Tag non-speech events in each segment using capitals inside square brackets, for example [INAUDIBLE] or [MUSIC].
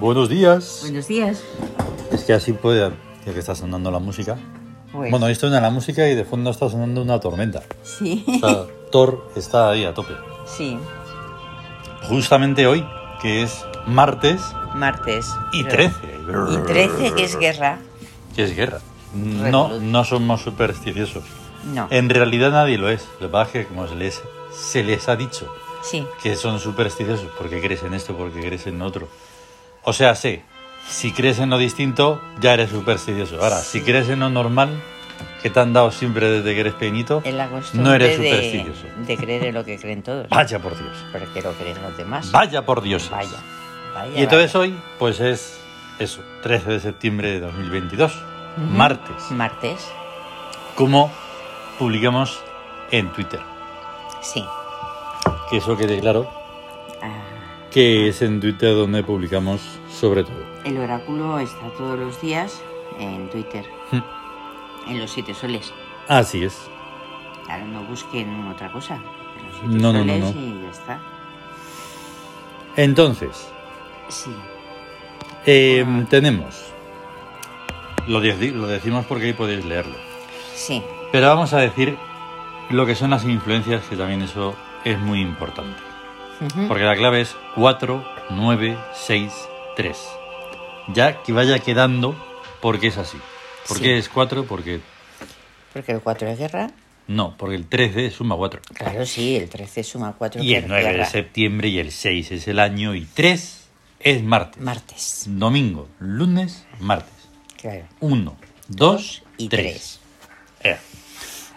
Buenos días. Buenos días. Es que así puede, ya que está sonando la música. Pues, Bueno, ahí suena la música y de fondo está sonando una tormenta. sí, [LAUGHS] O sea, Thor está ahí a tope. sí, Justamente hoy, que es martes martes. y Pero- 13. Y 13 que es guerra. Que es guerra. No, no somos supersticiosos. No. En realidad nadie lo es. Lo que pasa es que como se les, se les ha dicho Sí, que son supersticiosos porque crees en esto, porque crees en otro. O sea, sí, si crees en lo distinto, ya eres supersticioso. Ahora, si crees en lo normal, que te han dado siempre desde que eres pequeñito, es la costumbre no eres de, supersticioso. de creer en lo que creen todos. Vaya por Dios. Porque lo creen los demás. Vaya por Dios. Vaya. vaya, Y entonces vaya. hoy, pues es eso, 13 de septiembre de 2022, martes, Martes. como publicamos en Twitter. Sí. Que eso quede claro, Ah, que es en Twitter donde publicamos sobre todo. el oráculo está todos los días en Twitter. Hmm. En los siete soles. Así es. Ahora no busquen otra cosa. En los siete No, no, no, soles no. y ya está. Entonces, Sí. Eh, tenemos. Lo, deci- lo decimos porque ahí podéis leerlo. Sí. Pero vamos a decir lo que son las influencias, que también eso es muy importante. Ujú. Porque la clave es 4, 9, 6, 3. Ya que vaya quedando porque es así. ¿Por Sí. qué es 4? Porque. Porque el 4 es guerra. No, porque el 13 suma 4. Claro, sí, el 13 suma 4. Y el 9 de septiembre y el 6 es el año y 3 es martes. Martes, Domingo, lunes, martes. claro. 1, 2 y y tres. 3.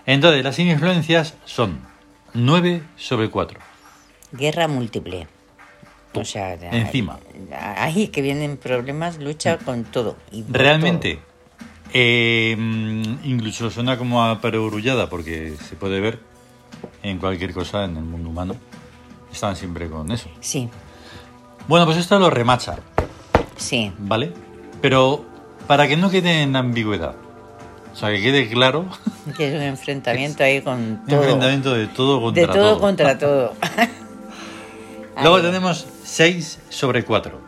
Entonces, las influencias son 9 sobre 4. Guerra múltiple. O sea, ya- Encima. Mm. Ahí que vienen problemas, lucha con todo. y por Realmente, eh, mm, incluso suena como a perogrullada porque se puede ver en cualquier cosa en el mundo humano. Están siempre con eso. todo. Sí, Bueno, pues esto lo remacha, sí, ¿vale? Pero para que no quede en ambigüedad, o sea, que quede claro [LAUGHS] que es un enfrentamiento ahí con el todo. enfrentamiento de todo contra de todo, todo. [LAUGHS] contra todo. Luego Ahí. tenemos 6 sobre 4.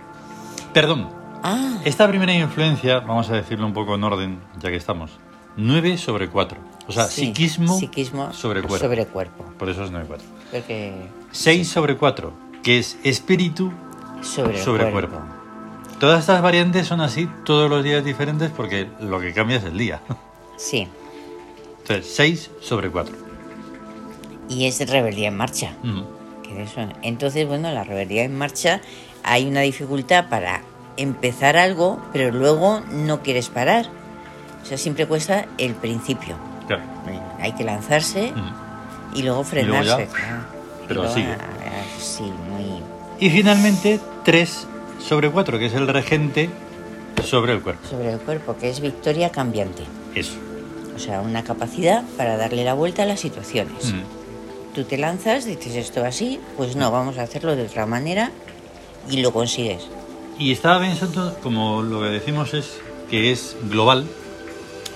Perdón, Ah, Esta primera influencia, vamos a decirlo un poco en orden, ya que estamos. 9 sobre 4. O sea, sí, psiquismo, psiquismo sobre cuerpo. sobre cuerpo. Por eso es 9 4. Porque 6 sobre 4, que es espíritu sobre, el sobre cuerpo. cuerpo. Todas estas variantes son así todos los días diferentes porque lo que cambia es el día. [LAUGHS] Sí, Entonces, 6 sobre 4. y es rebeldía en marcha. que de eso- Entonces, bueno, la rebeldía en marcha, hay una dificultad para empezar algo, pero luego no quieres parar. O sea, siempre cuesta el principio. Claro. Hay que lanzarse Ujú. y Mm. luego luego ya, frenarse. claro. Y pero luego, sigue. ah, ah, sí, muy. Y finalmente, 3 sobre 4, que es el regente sobre el cuerpo. Sobre el cuerpo, que es victoria cambiante. Eso. O sea, una capacidad para darle la vuelta a las situaciones. Ujú. Tú te lanzas, dices esto así, pues no, vamos a hacerlo de otra manera y lo consigues. Y estaba pensando, como lo que decimos es que es global,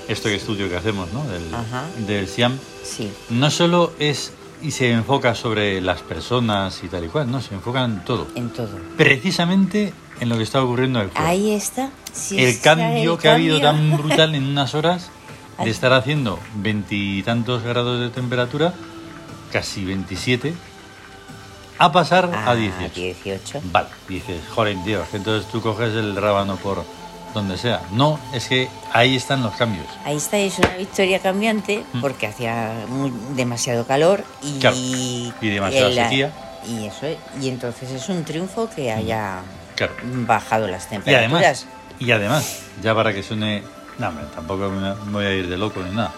esto que estudio que hacemos, ¿no? Ajá. Del, del SIAM, Sí, no solo es y se enfoca sobre las personas y tal y cual, no, se enfoca en todo. en todo. Precisamente en lo que está ocurriendo en el cuerpo. Ahí está. Sí, Pues, el está cambio el que ha habido cambio. tan brutal en unas [LAUGHS] horas Ahí. de estar haciendo veintitantos grados de temperatura, casi 27, a pasar Ah, a 18. 18. Vale, dices, joder, tío, que entonces tú coges el rábano por donde sea. No, es que ahí están los cambios. Ahí está, es una victoria cambiante Mm. porque hacía muy- demasiado calor y, Claro, y demasiada el- sequía. Y eso, es. y entonces es un triunfo que haya Claro. bajado las Y además, temperaturas. y además, ya para que suene, no, hombre, tampoco me me voy a ir de loco ni nada,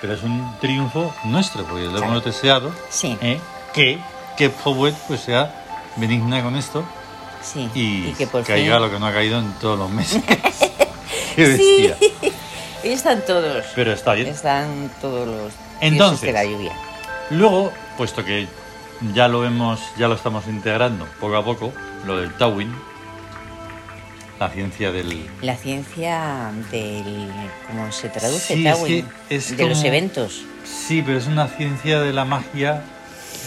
pero es un triunfo nuestro, porque lo Claro. hemos deseado Sí. ¿eh? que, que Powell pues, sea benigna con esto sí, y, que por caiga fin lo que no ha caído en todos los [LAUGHS] meses. Qué bestia. Ahí están todos. Pero está bien. Están todos los dioses Entonces. de la lluvia. Luego, puesto que ya lo hemos, ya lo estamos integrando poco a poco, lo del Tawin, la ciencia del La ciencia del cómo se traduce Sí, es Tawin? que es de los como- eventos, sí, pero es una ciencia de la magia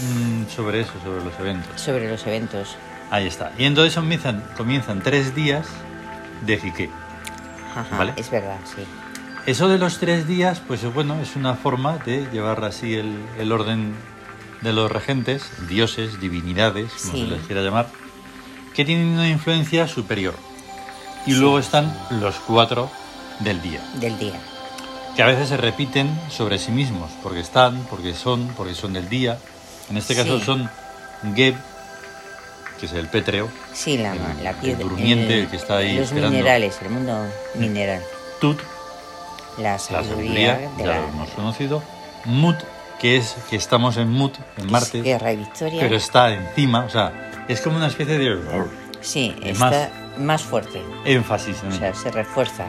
mm, sobre eso, sobre los eventos. sobre los eventos. Ahí está. Y entonces comienzan, comienzan tres días de jique. Ajá, Vale. Es verdad, sí. Eso de los tres días, pues es bueno, es una forma de llevar así el, el orden de los regentes, dioses, divinidades, como Sí. se les quiera llamar, que tienen una influencia superior. Y luego están los cuatro del día, Del día. que a veces se repiten sobre sí mismos, porque están, porque son, porque son del día. En este caso Sí. son Geb, que es el pétreo, Sí, la, El- la el piedra. durmiente que está ahí Los esperando. minerales, el mundo mineral. Tut, La la sabiduría, sabiduría, de ya la. lo hemos conocido, Mut, que es que estamos en Mut, en Marte. Guerra y victoria. pero está encima, o sea, es como una especie de sí, es está más, fuerte. énfasis en O ello. sea, se refuerza.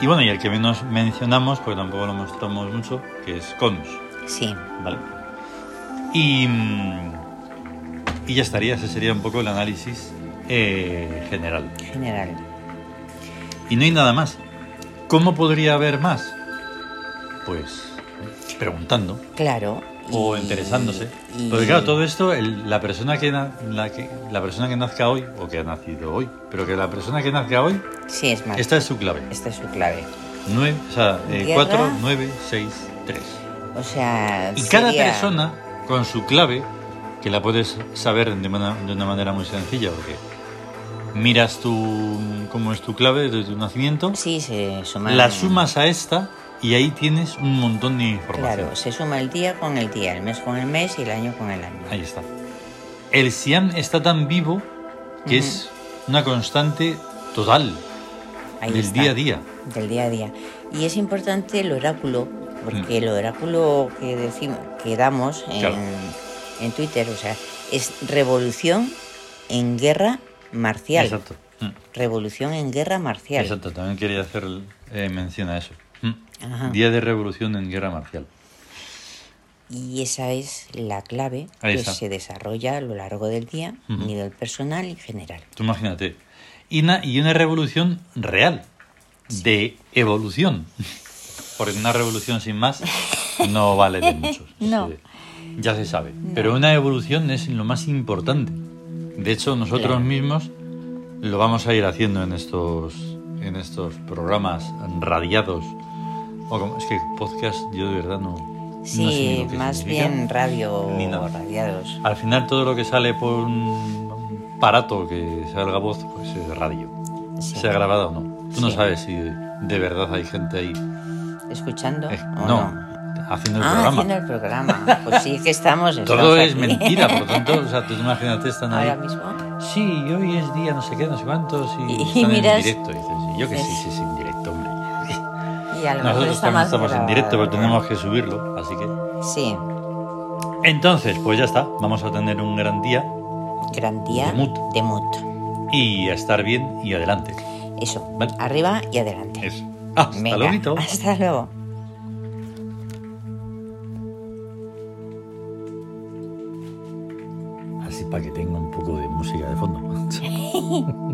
Y bueno, y el que menos mencionamos, porque tampoco lo mostramos mucho, que es Conus, Sí. ¿vale? Y, mm, y ya estaría, ese sería un poco el análisis eh, general. General. Y no hay nada más. ¿Cómo podría haber más? Pues preguntando Claro. y- o interesándose. y- Porque claro, todo esto, el- la, persona que na- la, que, la persona que nazca hoy, o que ha nacido hoy, pero que la persona que nazca hoy, Sí, es más. esta es su clave. Esta es su clave. Nueve, o sea, eh, Guerra. 4, 9, 6, 3. O sea. Y cada sería- persona con su clave, que la puedes saber de una, de una manera muy sencilla, porque miras tu, cómo es tu clave desde tu nacimiento, Sí, se suma. la sumas a esta y ahí tienes un montón de información. Claro, se suma el día con el día, el mes con el mes y el año con el año. Ahí está. El Siam está tan vivo que Ujú. es una constante total Ahí del está. día a día. del día a día. Y es importante el oráculo, porque el oráculo que decimos, que damos en, Mm. Claro. en Twitter, o sea, es revolución en guerra marcial. Exacto. Mm. Revolución en guerra marcial. Exacto, también quería hacer eh, mención a eso. Mm. Ajá. Día de revolución en guerra marcial. Y esa es la clave Ahí que está. se desarrolla a lo largo del día, Ujú. nivel personal y general. Tú imagínate. Y una, y una revolución real, de evolución. Porque una revolución sin más no vale de mucho. [LAUGHS] No. Eh, Ya se sabe. Pero una evolución es lo más importante. De hecho, nosotros Claro. mismos lo vamos a ir haciendo en estos, en estos programas radiados. O como- es que podcast yo de verdad no... no sé ni Sí, lo que más significa. bien radio ni nada. radiados. Al final todo lo que sale por un aparato que salga voz, pues es radio. Sí. Sea grabada o no. Tú no Sí. sabes si de, de verdad hay gente ahí. ¿Escuchando? Eh, o no, haciendo el ah, programa. haciendo el programa. Pues sí que estamos. [LAUGHS] Todo estamos es aquí. mentira, por lo tanto, o sea, tú imagínate, están ahí. Ahora mismo. Sí, hoy es día no sé qué, no sé cuántos, y, Y están miras- en directo. Y dices, "Sí, yo que sí, sí, es en directo, hombre. Y a lo mejor Nosotros está también más estamos en grabado. directo, pero tenemos que subirlo, así que... Sí, Entonces, pues ya está, vamos a tener un gran día gran día De Mut. de Mut. y a estar bien y adelante. Eso, Vale. arriba y adelante. Eso. Hasta Venga, luego. [LAUGHS] Hasta luego. Así para que tenga un poco de música de fondo.